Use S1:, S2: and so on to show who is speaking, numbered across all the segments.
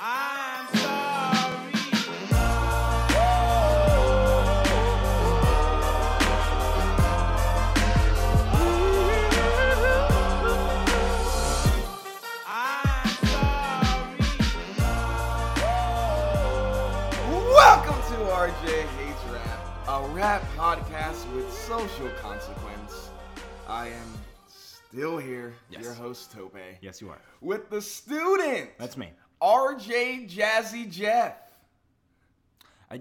S1: I'm sorry. I'm sorry. Welcome to RJ Hates Rap, a rap podcast with social consequence. I am still here, your host Tope,
S2: Yes, you are.
S1: with the student.
S2: That's me.
S1: RJ Jazzy Jeff.
S2: I,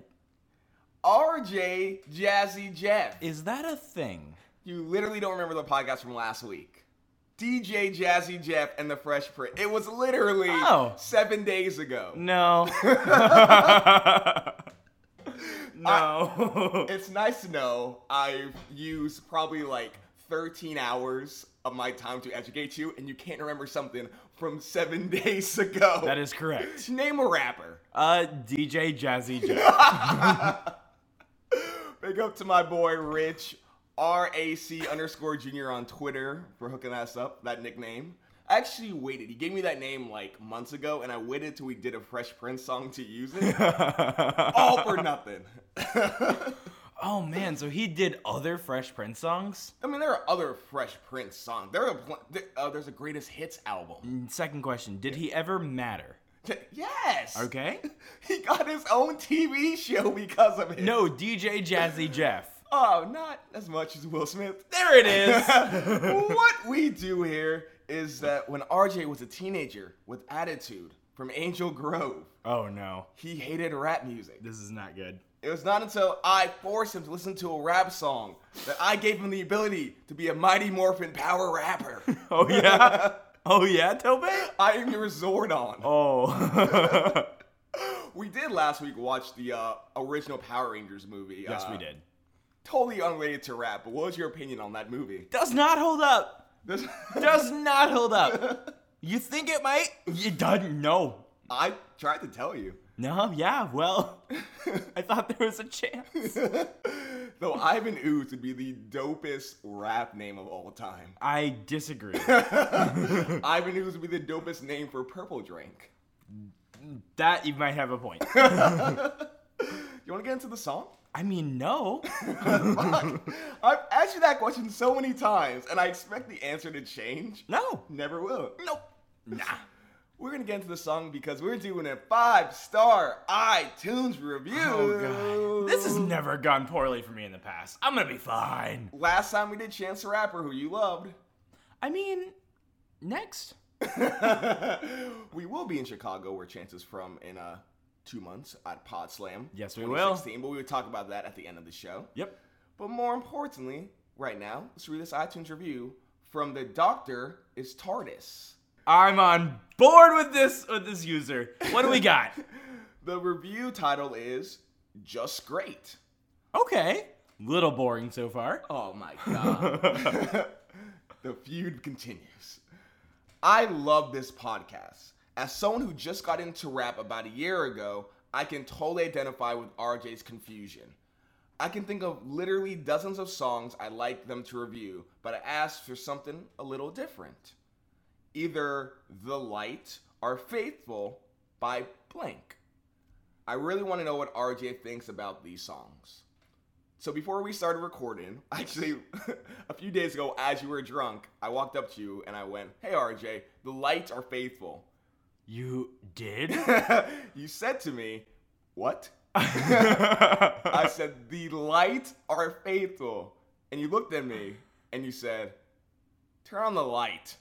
S1: RJ Jazzy Jeff.
S2: is that a thing?
S1: You literally don't remember the podcast from last week. DJ Jazzy Jeff and the Fresh Print. It was literally
S2: Oh.
S1: seven days ago.
S2: No. no.
S1: It's nice to know I've used probably like 13 hours of my time to educate you, and you can't remember something from seven days ago.
S2: that is correct.
S1: Name a rapper.
S2: Uh, DJ Jazzy Jeff.
S1: Big up to my boy Rich RAC underscore junior on Twitter for hooking us up, that nickname. I actually waited. He gave me that name like months ago, and I waited till we did a Fresh Prince song to use it. All for nothing.
S2: oh man, so he did other Fresh Prince songs.
S1: I mean, there are other Fresh Prince songs. There are pl- there, uh, there's a greatest hits album.
S2: And Second question: Did he ever matter?
S1: Yes.
S2: Okay.
S1: He got his own TV show because of it.
S2: No, DJ Jazzy Jeff.
S1: Oh, not as much as Will Smith.
S2: There it is.
S1: what we do here is that when RJ was a teenager with attitude from Angel Grove,
S2: oh no,
S1: he hated rap music.
S2: this is not good.
S1: It was not until I forced him to listen to a rap song that I gave him the ability to be a mighty morphin power rapper.
S2: Oh yeah. Oh yeah, Tobe.
S1: I am your Zordon.
S2: Oh.
S1: We did last week watch the uh, original Power Rangers movie.
S2: yes,
S1: uh,
S2: we did.
S1: Totally unrelated to rap, but what was your opinion on that movie?
S2: Does not hold up.
S1: This-
S2: does not hold up. You think it might? It doesn't. No.
S1: I tried to tell you.
S2: No. Yeah. Well, I thought there was a chance.
S1: Though Ivan Ooze would be the dopest rap name of all time.
S2: I disagree.
S1: Ivan Ooze would be the dopest name for purple drink.
S2: That you might have a point.
S1: You want to get into the song?
S2: I mean, no.
S1: I've asked you that question so many times, and I expect the answer to change.
S2: No.
S1: Never will.
S2: Nope. Nah.
S1: We're gonna get into the song because we're doing a five-star iTunes review.
S2: Oh god. This has never gone poorly for me in the past. I'm gonna be fine.
S1: Last time we did Chance the Rapper, who you loved.
S2: I mean, next.
S1: we will be in Chicago, where Chance is from, in uh, two months at Pod Slam.
S2: Yes, we will.
S1: 2016, But we would talk about that at the end of the show.
S2: Yep.
S1: But more importantly, right now, let's read this iTunes review from the Doctor is TARDIS.
S2: I'm on board with this with this user. What do we got?
S1: The review title is Just Great.
S2: okay. Little boring so far.
S1: Oh my god. the feud continues. I love this podcast. As someone who just got into rap about a year ago, I can totally identify with RJ's confusion. I can think of literally dozens of songs I like them to review, but I asked for something a little different. Either The Light or Faithful by Blank. I really want to know what RJ thinks about these songs. So before we started recording, actually, a few days ago, as you were drunk, I walked up to you and I went, "Hey RJ, the lights are faithful."
S2: You did?
S1: you said to me, "What?" I said, "The lights are faithful," and you looked at me and you said, "Turn on the light."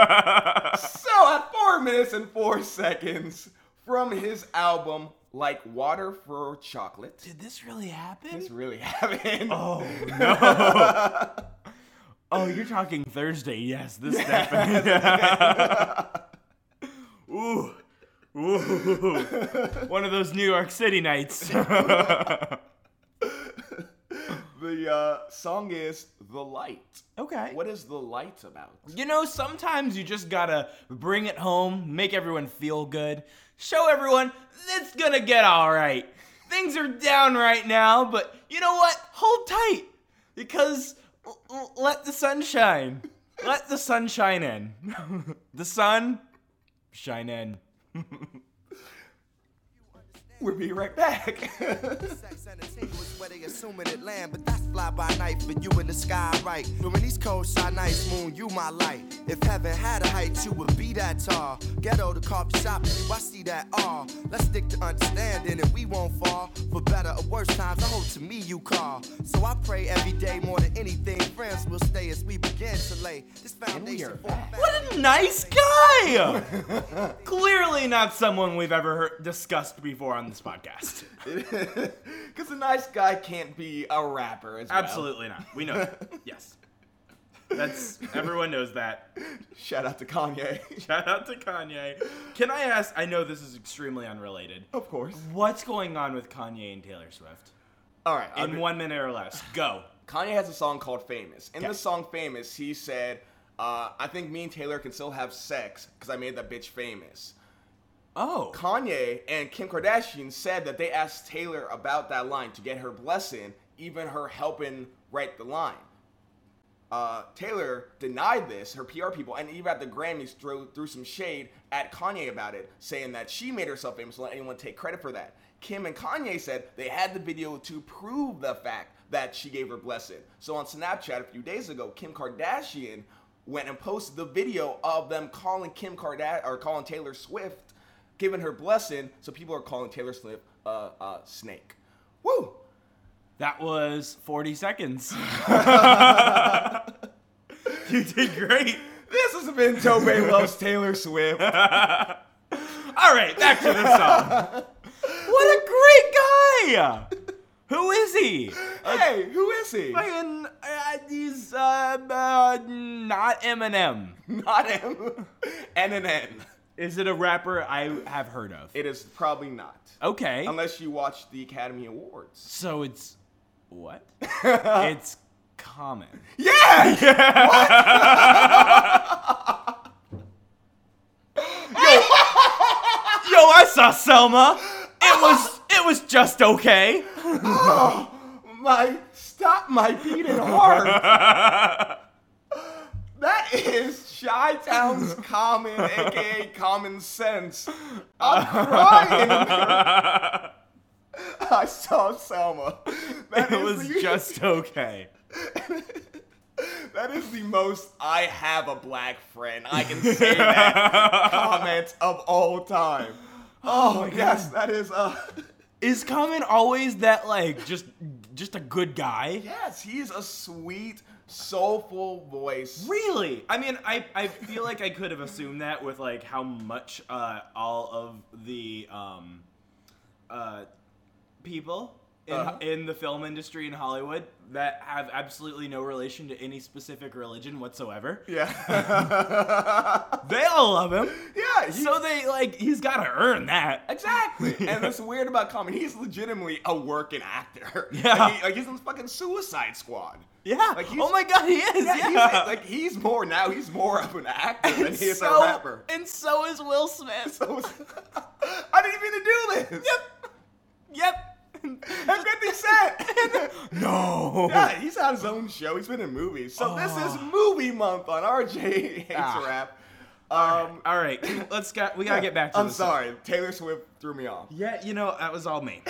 S1: So at four minutes and four seconds from his album, like water for chocolate.
S2: Did this really happen?
S1: This really happened.
S2: oh no! oh, you're talking Thursday. Yes, this happened. Ooh. Ooh. One of those New York City nights.
S1: The The uh, song is The Light.
S2: Okay.
S1: What is The Light about?
S2: You know, sometimes you just gotta bring it home, make everyone feel good, show everyone it's gonna get alright. Things are down right now, but you know what? Hold tight because l- l- let the sun shine. Let the sun shine in. the sun shine in.
S1: We'll be right back.
S3: Sex entertainment was where they assuming it land, but that's fly by night for you in the sky, right? During these cold shine nights, moon, you my light. If heaven had a height, you would be that tall. Ghetto to coffee shop, you, I see that all. Let's stick to understanding and we won't fall. For better or worse times, I hope to me you call. So I pray every day more than anything. Friends will stay as we begin to lay this
S1: are
S3: foundation for
S1: back.
S2: What a nice guy! Clearly not someone we've ever heard, discussed before on this podcast.
S1: Because a nice guy can't be a rapper as well.
S2: Absolutely not. We know that. Yes. That's everyone knows that.
S1: Shout out to Kanye.
S2: Shout out to Kanye. Can I ask? I know this is extremely unrelated.
S1: of course.
S2: What's going on with Kanye and Taylor Swift?
S1: All right.
S2: In one minute or less. Go.
S1: Kanye has a song called Famous. In the
S2: Okay.
S1: song Famous, he said, uh, I think me and Taylor can still have sex because I made that bitch famous.
S2: Oh.
S1: Kanye and Kim Kardashian said that they asked Taylor about that line to get her blessing, even her helping write the line. Uh, Taylor denied this, her PR people, and even at the Grammys threw, threw some shade at Kanye about it, saying that she made herself famous, don't let anyone take credit for that. Kim and Kanye said they had the video to prove the fact that she gave her blessing. So on Snapchat a few days ago, Kim Kardashian went and posted the video of them calling Kim Kardashian or calling Taylor Swift giving her blessing, so people are calling Taylor Swift a uh, uh, snake. Woo!
S2: That was 40 seconds. you did great.
S1: This has been Tobey Loves Taylor Swift.
S2: All right, back to the song. What a great guy! Who is he?
S1: hey, who is he?
S2: Fucking, uh, he's uh, uh, not Eminem.
S1: Not him. N and N.
S2: Is it a rapper I have heard of?
S1: It is probably not.
S2: Okay.
S1: Unless you watch the Academy Awards.
S2: so it's what? it's common.
S1: Yeah!
S2: Yo, I saw Selma. It was it was just okay.
S1: My stop my beating heart. That is Chi Town's Common, aka Common Sense. I'm crying. I saw Selma. That
S2: It
S1: is
S2: was
S1: the-
S2: just okay.
S1: That is the most I have a black friend. I can say that comment of all time. Oh, yes, that is uh
S2: Is common always that like just just a good guy?
S1: Yes, he is a sweet, soulful voice.
S2: Really? I mean, I, I feel like I could have assumed that with like how much uh, all of the um, uh, people in,
S1: Uh-huh.
S2: in the film industry in Hollywood that have absolutely no relation to any specific religion whatsoever.
S1: Yeah.
S2: They all love him.
S1: yeah, he-
S2: So they like he's got to earn that.
S1: Exactly. and what's weird about Common, he's legitimately a working actor.
S2: Yeah.
S1: Like, he- like, he's in fucking Suicide Squad.
S2: Yeah.
S1: Like, he's-
S2: oh my god, he is.
S1: Yeah,
S2: Yeah.
S1: He's, like he's more now. He's more of an actor than
S2: And
S1: he is
S2: so-
S1: a rapper.
S2: And so is Will Smith.
S1: I didn't mean to do this.
S2: yep.
S1: And 50 Cent.
S2: No.
S1: yeah, he's on his own show. He's been in movies. So this is movie month on RJ Hates
S2: Ah.
S1: Rap. Um,
S2: All right. Let's got we got to get back to
S1: I'm
S2: the song.
S1: sorry. Taylor Swift threw me off.
S2: Yeah, you know, that was all me.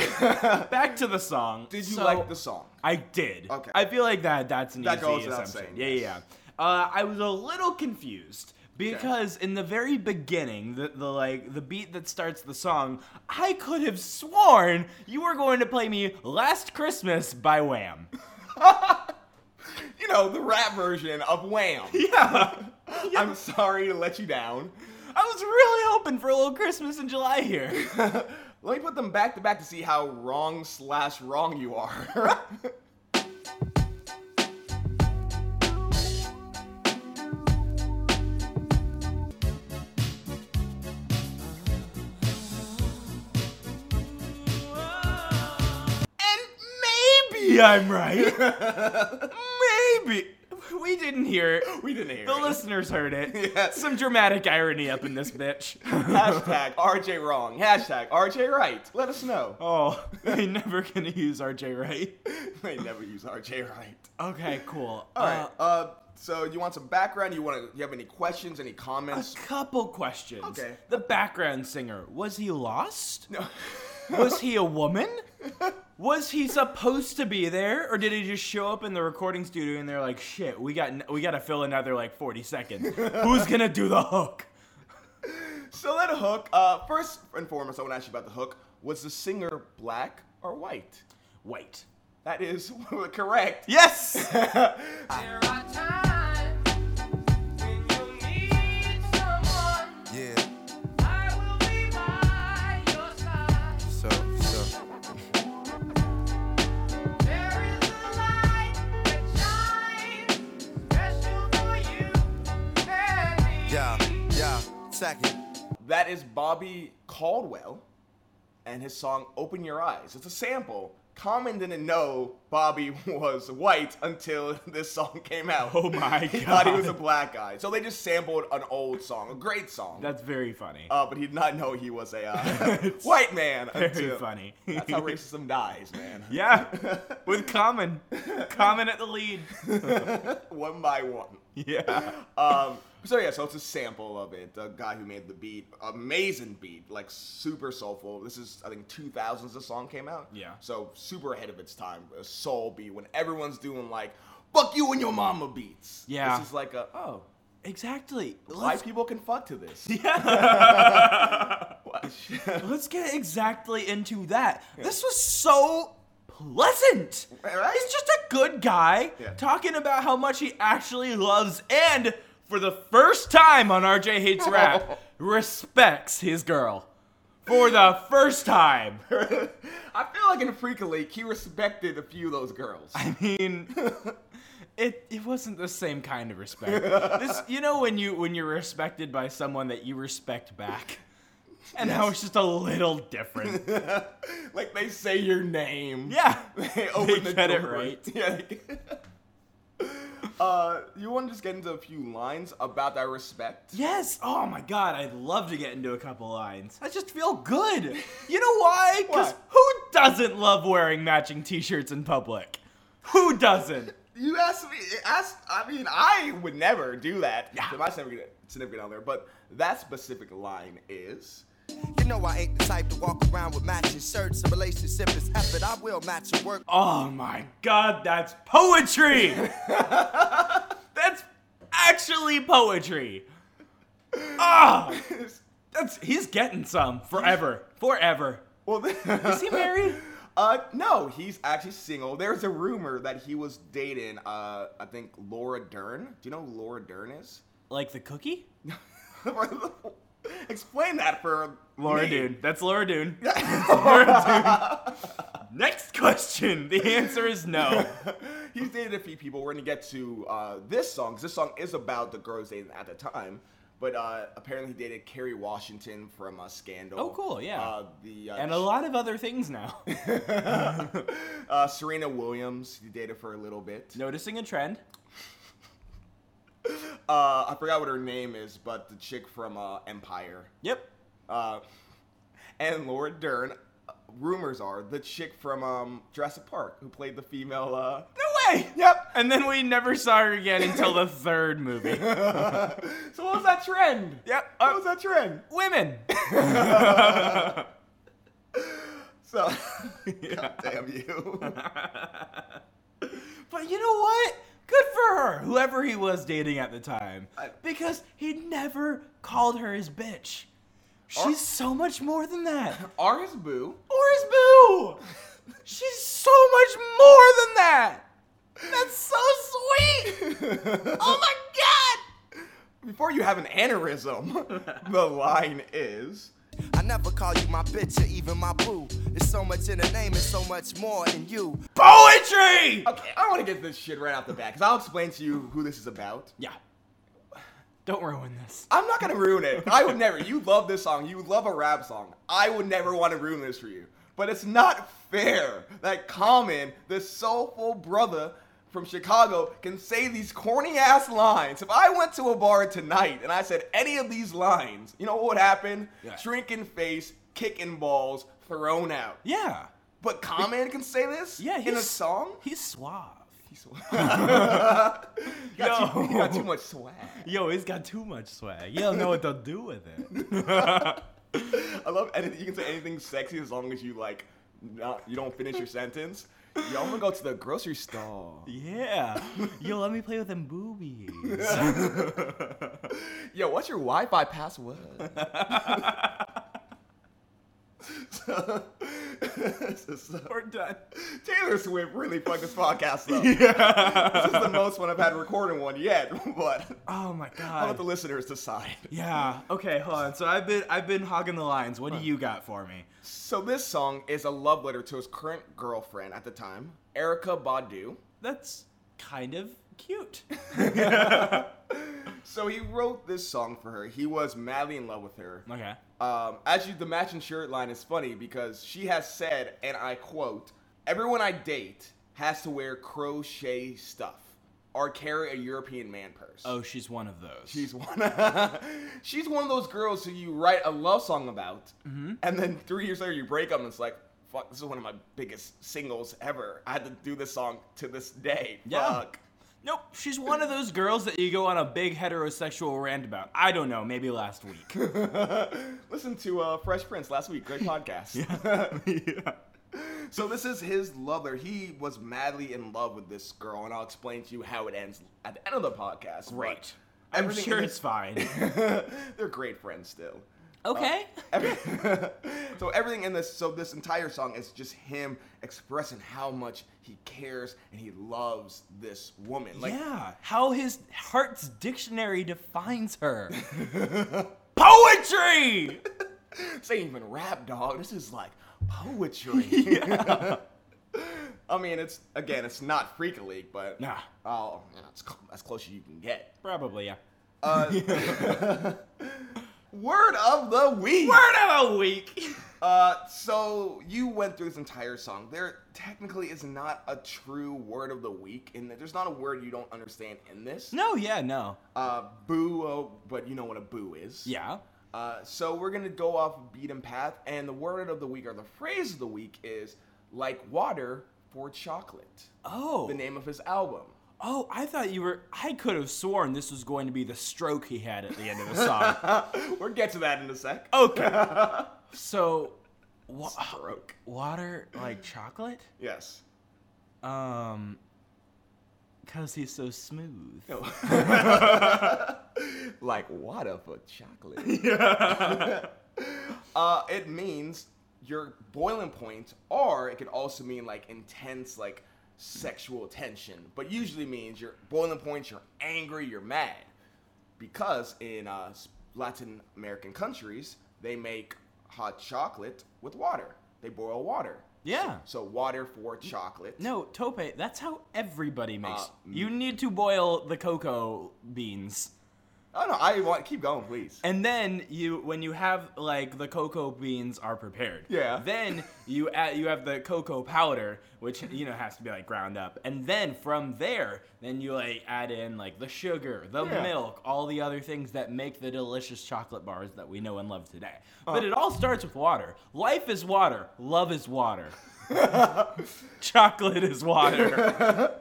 S2: Back to the song.
S1: Did you
S2: So,
S1: like the song?
S2: I did.
S1: Okay.
S2: I feel like that that's an
S1: That
S2: easy
S1: goes without
S2: assumption.
S1: saying,
S2: yeah, yeah,
S1: yes.
S2: yeah. Uh, I was a little confused because in the very beginning, the, the like the beat that starts the song, I could have sworn you were going to play me Last Christmas by Wham.
S1: You know, the rap version of Wham.
S2: Yeah.
S1: I'm sorry to let you down.
S2: I was really hoping for a little Christmas in July here.
S1: Let me put them back to back to see how wrong slash wrong you are.
S2: And maybe Maybe I'm right. Maybe. We didn't hear it.
S1: We didn't hear
S2: The
S1: it.
S2: listeners heard it.
S1: Yeah.
S2: Some dramatic irony up in this bitch.
S1: Hashtag RJ wrong. Hashtag RJ right. Let us know.
S2: Oh, they never gonna use RJ right.
S1: they never use RJ right.
S2: Okay, cool.
S1: All right. Uh, so you want some background? You want to? You have any questions? Any
S2: Uh, a
S1: comments?
S2: couple questions.
S1: Okay.
S2: The background singer, was he lost? Was he a woman? Was he supposed to be there, or did he just show up in the recording studio and they're like, "Shit, we got n- we got to fill another like 40 seconds. Who's gonna do the hook?"
S1: So that hook. Uh, first and foremost, I want to ask you about the hook. Was the singer black or white?
S2: Wait.
S1: That is correct.
S2: Yes.
S3: Yeah, so, so. Yeah, yeah, second.
S1: That is Bobby Caldwell and his song Open Your Eyes. It's a sample. Common didn't know Bobby was white until this song came out.
S2: Oh my
S1: He thought he
S2: God.
S1: was a black guy. So they just sampled an old song, a great song.
S2: That's very funny.
S1: uh, but he did not know he was a uh, white man.
S2: very
S1: until-
S2: funny.
S1: That's how racism dies, man.
S2: yeah. With Common. Common at the lead.
S1: One by one.
S2: Yeah.
S1: Um, so yeah, so it's a sample of it. The guy who made the beat, amazing beat, like super soulful. This is I think 2000s the song came out.
S2: Yeah.
S1: So super ahead of its time, a soul beat when everyone's doing like "fuck you and your mama" beats.
S2: Yeah.
S1: This is like a oh,
S2: Exactly.
S1: white
S2: Let's,
S1: people can fuck to this.
S2: let's get exactly into that. This was so pleasant.
S1: Right?
S2: He's just a good guy
S1: Yeah.
S2: talking about how much he actually loves and for the first time on RJ Hates Rap respects his girl. For the first time.
S1: I feel like in Freak League, he respected a few of those girls.
S2: I mean, it it wasn't the same kind of respect. This, you know, when you when you're respected by someone that you respect back, and now it's just a little different.
S1: like they say your name.
S2: Yeah,
S1: Oh, they open
S2: They
S1: the
S2: get it
S1: door.
S2: right.
S1: Yeah. they- uh, you want to just get into a few lines about that respect?
S2: Yes. Oh my God, I'd love to get into a couple lines. I just feel good. You know why? Because
S1: Why?
S2: who doesn't love wearing matching T-shirts in public? Who doesn't?
S1: You asked me. Asked. I mean, I would never do that to my significant, significant other. But that specific line is.
S3: You know I ain't the type to walk around with matching shirts. A relationship is effort. I will match your work.
S2: Oh my god, that's poetry! that's actually poetry. Ah, that's he's getting some forever, forever.
S1: Well,
S2: Is he married?
S1: Uh, no, he's actually single. There's a rumor that he was dating. Uh, I think Laura Dern. Do you know who Laura Dern is?
S2: Like the cookie?
S1: Explain that for
S2: Laura
S1: me.
S2: Dune. That's Laura Dune. That's Laura Dune. Next question. The answer is no.
S1: he's dated a few people. We're gonna get to uh, this song 'cause this song is about the girls dating at the time. But uh, apparently, he dated Kerry Washington from uh, Scandal.
S2: Oh, cool, yeah.
S1: Uh, the uh,
S2: And a lot of other things now.
S1: uh, Serena Williams, he dated for a little bit.
S2: Noticing a trend.
S1: Uh, I forgot what her name is, but the chick from uh, Empire.
S2: Yep.
S1: Uh, and Laura Dern. uh, Rumors are the chick from um, Jurassic Park who played the female. Uh,
S2: No way.
S1: Yep.
S2: And then we never saw her again until the third movie.
S1: so what was that trend?
S2: Yep.
S1: What was that trend?
S2: Women.
S1: So, God damn you.
S2: But you know what? Good for her, whoever he was dating at the time.
S1: I-
S2: Because he never called her his bitch. She's so much more than that.
S1: R is boo.
S2: Or his boo! She's so much more than that! That's so sweet! Oh my god!
S1: Before you have an aneurysm, the line is.
S3: I never call you my bitch or even my boo. There's so much in the name and so much more in you.
S2: Poetry!
S1: Okay, I want to get this shit right off the bat because I'll explain to you who this is about.
S2: Yeah. Don't ruin this.
S1: I'm not gonna ruin it. I would never. You love this song. You love a rap song. I would never want to ruin this for you. but it's not fair that Common, the soulful brother from Chicago, can say these corny ass lines. If I went to a bar tonight and I said any of these lines, you know what would happen?
S2: Yeah.
S1: Shrinking face, kicking balls, thrown out.
S2: Yeah.
S1: But Common can say this
S2: Yeah.
S1: in a
S2: he's-
S1: song?
S2: He's suave.
S1: He's- he, got too,
S2: Yo.
S1: he got too much swag.
S2: Yo, he's got too much swag. You don't know what to do with it.
S1: I love anything. You can say anything sexy as long as you like. Not, you don't finish your sentence. Yo, I'm gonna go to the grocery store.
S2: Yeah. Yo, let me play with them boobies.
S1: Yo, what's your Wi-Fi password? So- this is-
S2: We're done.
S1: Taylor Swift really fucked this podcast up. This is the most one I've had recording one yet, but
S2: Oh my
S1: I'll let the
S2: god.
S1: listeners decide.
S2: Yeah. Okay, hold on. So I've been I've been hogging the lines. What do you got for me?
S1: So this song is a love letter to his current girlfriend at the time, Erica Badu.
S2: That's kind of cute.
S1: So he wrote this song for her. He was madly in love with her.
S2: Okay.
S1: Um, as you, the matching shirt line is funny because she has said, and I quote, "Everyone I date has to wear crochet stuff or carry a European man purse."
S2: Oh, she's one of those.
S1: She's one. she's one of those girls who you write a love song about,
S2: Mm-hmm.
S1: and then three years later you break up, and it's like, fuck, this is one of my biggest singles ever. I had to do this song to this day.
S2: Yeah.
S1: Fuck.
S2: Nope, she's one of those girls that you go on a big heterosexual rant about. I don't know, maybe last week.
S1: Listen to uh, Fresh Prince last week. Great podcast. So this is his lover. He was madly in love with this girl, and I'll explain to you how it ends at the end of the podcast. but
S2: Great. I'm
S1: everything
S2: sure
S1: in
S2: it's fine.
S1: this- they're great friends still.
S2: Okay.
S1: Every- so everything in this, so this entire song is just him expressing how much he cares and he loves this woman. Like,
S2: yeah, how his heart's dictionary defines her. Poetry!
S1: this ain't even rap, dog. This is like poetry. I mean, it's again, it's not Freak League, but
S2: Nah.
S1: oh, you know, it's cl- as close as you can get.
S2: Probably, yeah.
S1: Word of the week.
S2: Word of a week!
S1: Uh, so you went through this entire song. There technically is not a true word of the week in that. There's not a word you don't understand in this.
S2: no, yeah, no.
S1: Uh, boo, oh, but you know what a boo is.
S2: Yeah.
S1: Uh, so we're gonna go off beaten path, and the word of the week or the phrase of the week is like water for chocolate.
S2: Oh.
S1: The name of his album.
S2: Oh, I thought you were. I could have sworn this was going to be the stroke he had at the end of the song.
S1: We'll get to that in a sec.
S2: Okay. So, wa-
S1: Broke.
S2: water like chocolate?
S1: Yes.
S2: Um, cause he's so smooth.
S1: like water for chocolate. Yeah. uh, it means your boiling point, or it could also mean like intense, like sexual tension. But usually means your boiling point, you're angry, you're mad, because in uh, s- Latin American countries they make hot chocolate with water. They boil water.
S2: Yeah.
S1: So water for chocolate.
S2: No, tope. That's how everybody makes.
S1: Uh,
S2: you need to boil the cocoa beans,
S1: Oh no! I want keep going, please.
S2: and then you, when you have like the cocoa beans are prepared.
S1: Yeah.
S2: Then you add, you have the cocoa powder, which you know has to be like ground up, and then from there, then you like add in like the sugar, the
S1: Yeah.
S2: milk, all the other things that make the delicious chocolate bars that we know and love today.
S1: Uh-huh.
S2: But it all starts with water. Life is water. Love is water. Chocolate is water.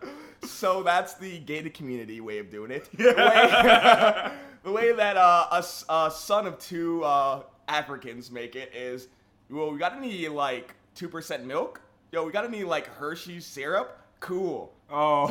S1: So that's the gated community way of doing it. The, way, the way that uh, a, s- a son of two uh, Africans make it is, well, we got any like two percent milk? Yo, we got any like Hershey's syrup? Cool.
S2: Oh.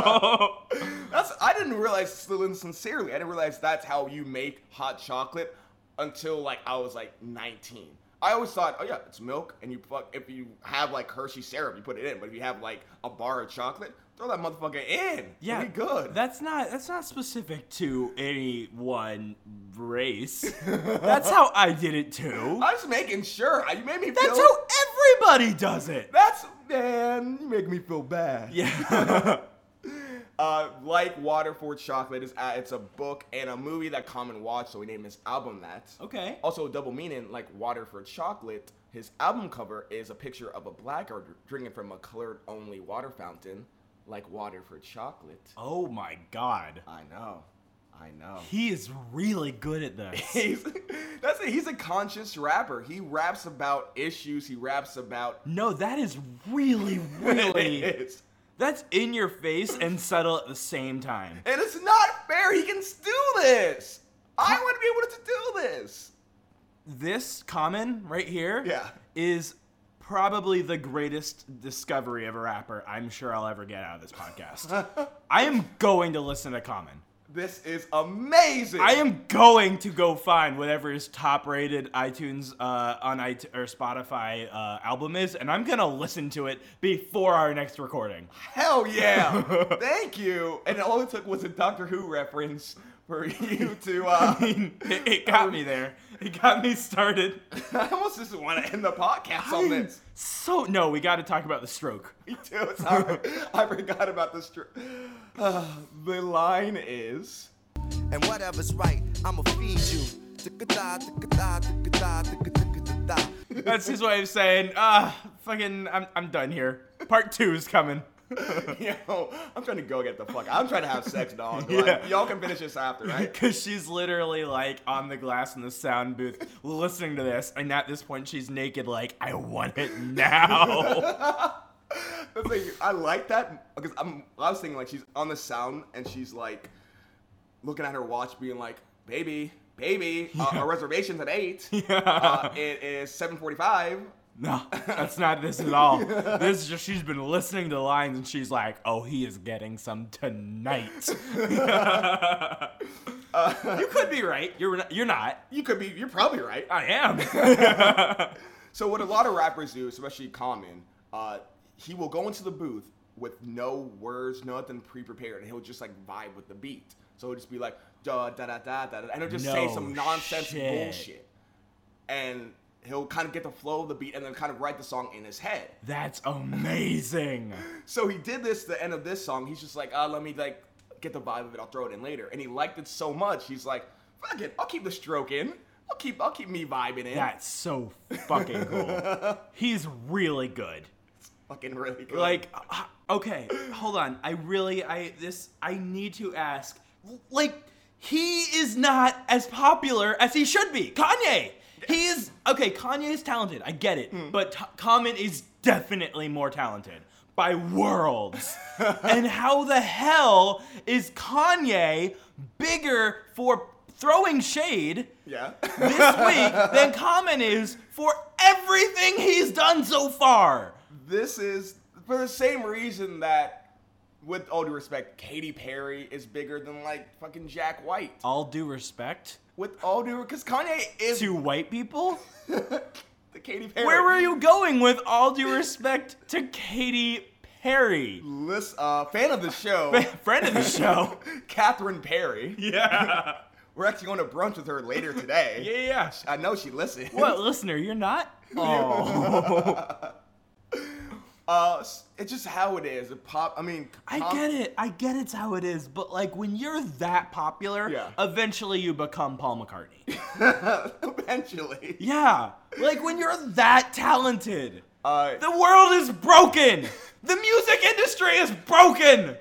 S1: That's I didn't realize sincerely. I didn't realize that's how you make hot chocolate until like I was like 19. I always thought, oh yeah, it's milk, and you fuck if you have like Hershey syrup, you put it in. But if you have like a bar of chocolate, throw that motherfucker in.
S2: Yeah,
S1: It'll be good.
S2: That's not that's not specific to any one race. that's how I did it too.
S1: I'm just making sure. Uh, You made me
S2: That's
S1: feel.
S2: how everybody does it.
S1: That's man. You make me feel bad.
S2: yeah.
S1: Uh, like Waterford Chocolate is uh, it's a book and a movie that Common watched, so we named his album that.
S2: Okay.
S1: Also, double meaning like Waterford Chocolate. His album cover is a picture of a black girl drinking from a colored only water fountain, like Waterford Chocolate.
S2: Oh my god.
S1: I know, I know.
S2: He is really good at this.
S1: He's that's it. He's a conscious rapper. He raps about issues. He raps about
S2: no, that is really, really.
S1: It's-
S2: That's in your face and subtle at the same time.
S1: And it's not fair. He can do this. I want to be able to do this.
S2: This common right here is
S1: Yeah.
S2: probably the greatest discovery of a rapper I'm sure I'll ever get out of this podcast. I am going to listen to Common.
S1: This is amazing.
S2: I am going to go find whatever his top-rated iTunes uh, on it- or Spotify uh, album is, and I'm gonna listen to it before our next recording.
S1: Hell yeah! Thank you. And all it took was a Doctor Who reference for you to. Uh,
S2: it, it got me there. It got me started.
S1: I almost just want to end the podcast on this.
S2: So no, we got to talk about the stroke.
S1: Me too. Sorry, I forgot about this. Tr- the line is.
S3: and whatever's right, I'ma feed you. Tick-a-da, tick-a-da, tick-a-da, tick-a-tick-a-da.
S2: That's his way of saying, ah, fucking, I'm I'm done here. Part two is coming.
S1: Yo, I'm trying to go get the fuck. I'm trying to have sex, dog.
S2: Yeah.
S1: Like, y'all can finish this after, right?
S2: Because she's literally like on the glass in the sound booth listening to this, and at this point she's naked, like, I want it now.
S1: The thing, I like that because I'm. I was thinking like she's on the sound and she's like looking at her watch, being like, "Baby, baby, uh, our reservation's at eight. Uh, it is 7:45."
S2: no, that's not this at all. This is just she's been listening to lines and she's like, oh, he is getting some tonight. you could be right. You're not, you're not.
S1: You could be. You're probably right.
S2: I am.
S1: So what a lot of rappers do, especially Common, uh, he will go into the booth with no words, nothing pre-prepared, and he'll just like vibe with the beat. So he'll just be like da da da da da, da, and he'll just say
S2: No
S1: some nonsense
S2: shit.
S1: bullshit, and he'll kind of get the flow of the beat and then kind of write the song in his head.
S2: That's amazing.
S1: So he did this the end of this song. He's just like, uh, let me like get the vibe of it. I'll throw it in later. And he liked it so much, he's like, fuck it, I'll keep the stroke in. I'll keep I'll keep me vibing in.
S2: That's so fucking cool. He's really good.
S1: fucking really good.
S2: Like, uh, okay, hold on. I really, I this, I need to ask. Like, he is not as popular as he should be. Kanye. He is okay. Kanye is talented. I get it, but T- Common is definitely more talented by worlds. and how the hell is Kanye bigger for throwing shade?
S1: yeah.
S2: this week than Common is for everything he's done so far.
S1: this is for the same reason that, with all due respect, Katy Perry is bigger than like fucking Jack White.
S2: All due respect
S1: With all due, because Kanye is
S2: to white people.
S1: the Katy Perry.
S2: Where were you going with all due respect to Katy Perry?
S1: List, uh, fan of the show,
S2: Friend of the show.
S1: Catherine Perry.
S2: Yeah.
S1: We're actually going to brunch with her later today.
S2: Yeah, yeah.
S1: I know she listens.
S2: What, listener, you're not? Oh.
S1: Uh, s- it's just how it is. The pop. I mean,
S2: I
S1: pop-
S2: get it. I get it's how it is. But, like, when you're that popular,
S1: Yeah.
S2: eventually you become Paul McCartney.
S1: Eventually,
S2: Yeah. Like, when you're that talented.
S1: uh,
S2: The world is broken. The music industry is broken.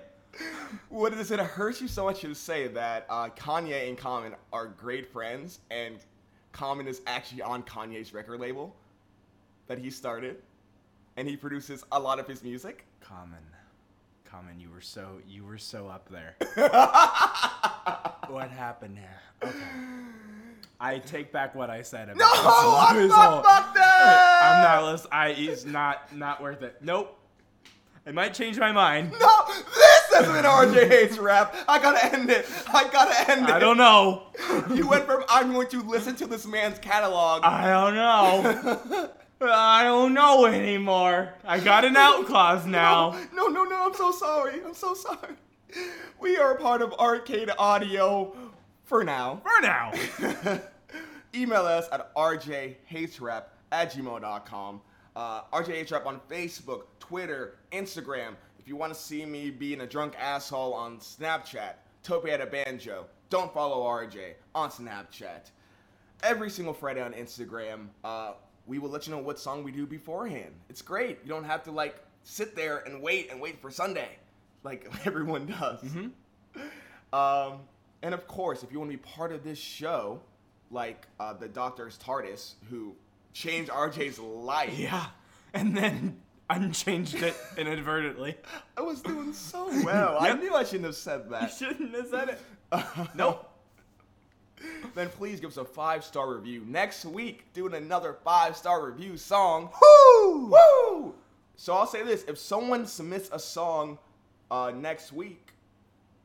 S1: What does it hurt you so much to say that uh, Kanye and Common are great friends, and Common is actually on Kanye's record label that he started, and he produces a lot of his music?
S2: Common, common, you were so you were so up there. what happened here? Okay. I take back what I said. About
S1: No,
S2: this whole-
S1: I'm
S2: this
S1: not
S2: whole-
S1: fucked
S2: I'm
S1: that.
S2: not listening. I it's not not worth it. Nope. I might change my mind.
S1: No, this has been RJH rap. I gotta end it. I gotta end it.
S2: I don't know.
S1: You went from I'm going to listen to this man's catalog.
S2: I don't know. I don't know anymore. I got an out clause now.
S1: No, no, no, I'm so sorry. I'm so sorry. We are part of Arcade Audio for now.
S2: For now.
S1: Email us at rjhatesrep at gmail.com. Uh, rjhatesrep on Facebook, Twitter, Instagram. If If you want to see me being a drunk asshole on Snapchat, Topi at a banjo. Don't follow RJ on Snapchat. Every single Friday on Instagram, uh, we will let you know what song we do beforehand. It's great. You don't have to like sit there and wait and wait for Sunday, like everyone does. Um, and of course, if you want to be part of this show, like uh, the Doctor's TARDIS, who changed RJ's life.
S2: Yeah. And then unchanged it inadvertently.
S1: I was doing so well. I knew I shouldn't have said that.
S2: Shouldn't have said it. Nope.
S1: then please give us a five star review next week. Doing another five star review song.
S2: Woo!
S1: Woo! So I'll say this: if someone submits a song uh, next week,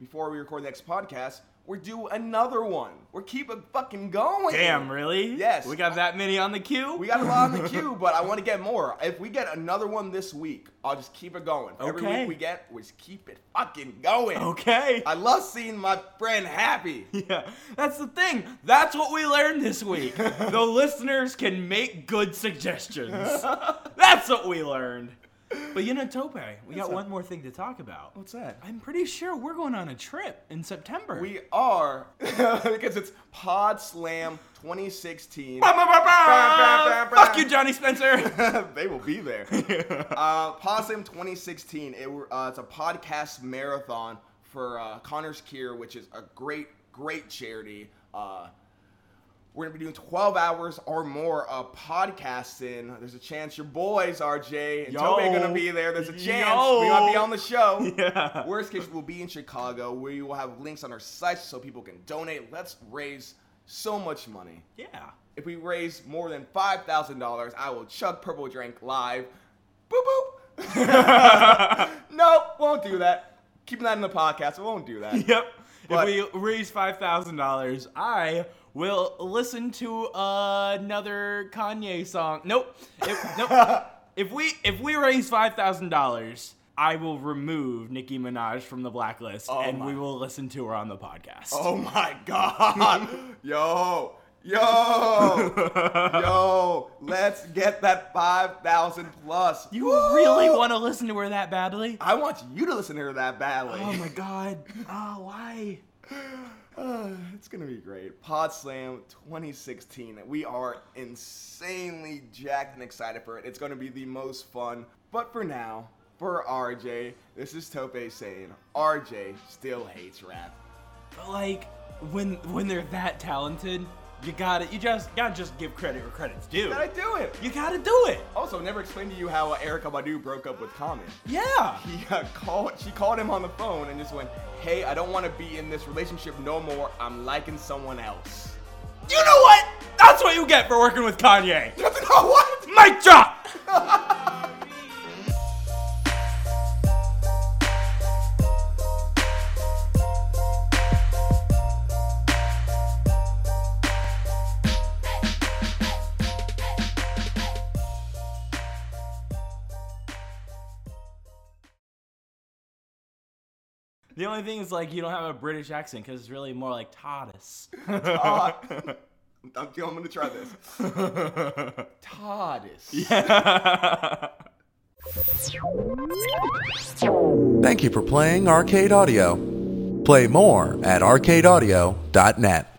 S1: before we record the next podcast, we're due another one. We're keep it fucking going.
S2: Damn, really?
S1: Yes.
S2: We got that many on the queue?
S1: We got a lot on the queue, but I want to get more. If we get another one this week, I'll just keep it going. Every
S2: Okay.
S1: week we get, we just keep it fucking going.
S2: Okay.
S1: I love seeing my friend happy.
S2: Yeah, that's the thing. That's what we learned this week. the listeners can make good suggestions. that's what we learned. But you know, Tope, we got one more thing to talk about.
S1: What's that?
S2: I'm pretty sure we're going on a trip in September.
S1: We are because it's Pod Slam 2016.
S2: Bah, bah, bah, bah!
S1: bah, bah.
S2: Fuck you, Johnny Spencer.
S1: they will be there. uh, Possum 2016. It, were- uh, it's a podcast marathon for uh, Connor's Cure, which is a great, great charity. Uh, we're gonna be doing 12 hours or more of podcasting. There's a chance your boys, RJ and
S2: Yo.
S1: Toby, are gonna be there. There's a chance we
S2: Yo.
S1: might be on the show.
S2: Yeah.
S1: Worst case, we'll be in Chicago. We will have links on our sites so people can donate. Let's raise so much money.
S2: yeah.
S1: If we raise more than five thousand dollars, I will chug purple drink live. Boop boop. nope, won't do that. Keeping that in the podcast, we won't do that.
S2: Yep.
S1: But-
S2: if we raise five thousand dollars, I will listen to another Kanye song. Nope. If, nope. if we if we raise five thousand dollars, I will remove Nicki Minaj from the blacklist, and
S1: Oh my.
S2: we will listen to her on the podcast.
S1: Oh my god, yo, yo, yo! Let's get that five thousand plus.
S2: You
S1: Woo!
S2: really want to listen to her that badly?
S1: I want you to listen to her that badly.
S2: Oh my god. Oh, why?
S1: Uh, it's gonna be great. Pod Slam 2016. We are insanely jacked and excited for it. It's gonna be the most fun. But for now, for RJ, this is Tope saying RJ still hates rap.
S2: But like when when they're that talented, you got to You just gotta just give credit where credit's due.
S1: Did I do it?
S2: You gotta do it.
S1: Also, never explained to you how uh, Erica Badu broke up with Common.
S2: Yeah.
S1: He uh, called. She called him on the phone and just went, "Hey, I don't want to be in this relationship no more. I'm liking someone else."
S2: You know what? That's what you get for working with Kanye.
S1: That's not what.
S2: Mic drop! The only thing is like you don't have a British accent because it's really more like TARDIS.
S1: Uh, I'm, I'm gonna try this. TARDIS.
S4: Thank you for playing Arcade Audio. Play more at arcadeaudio.net.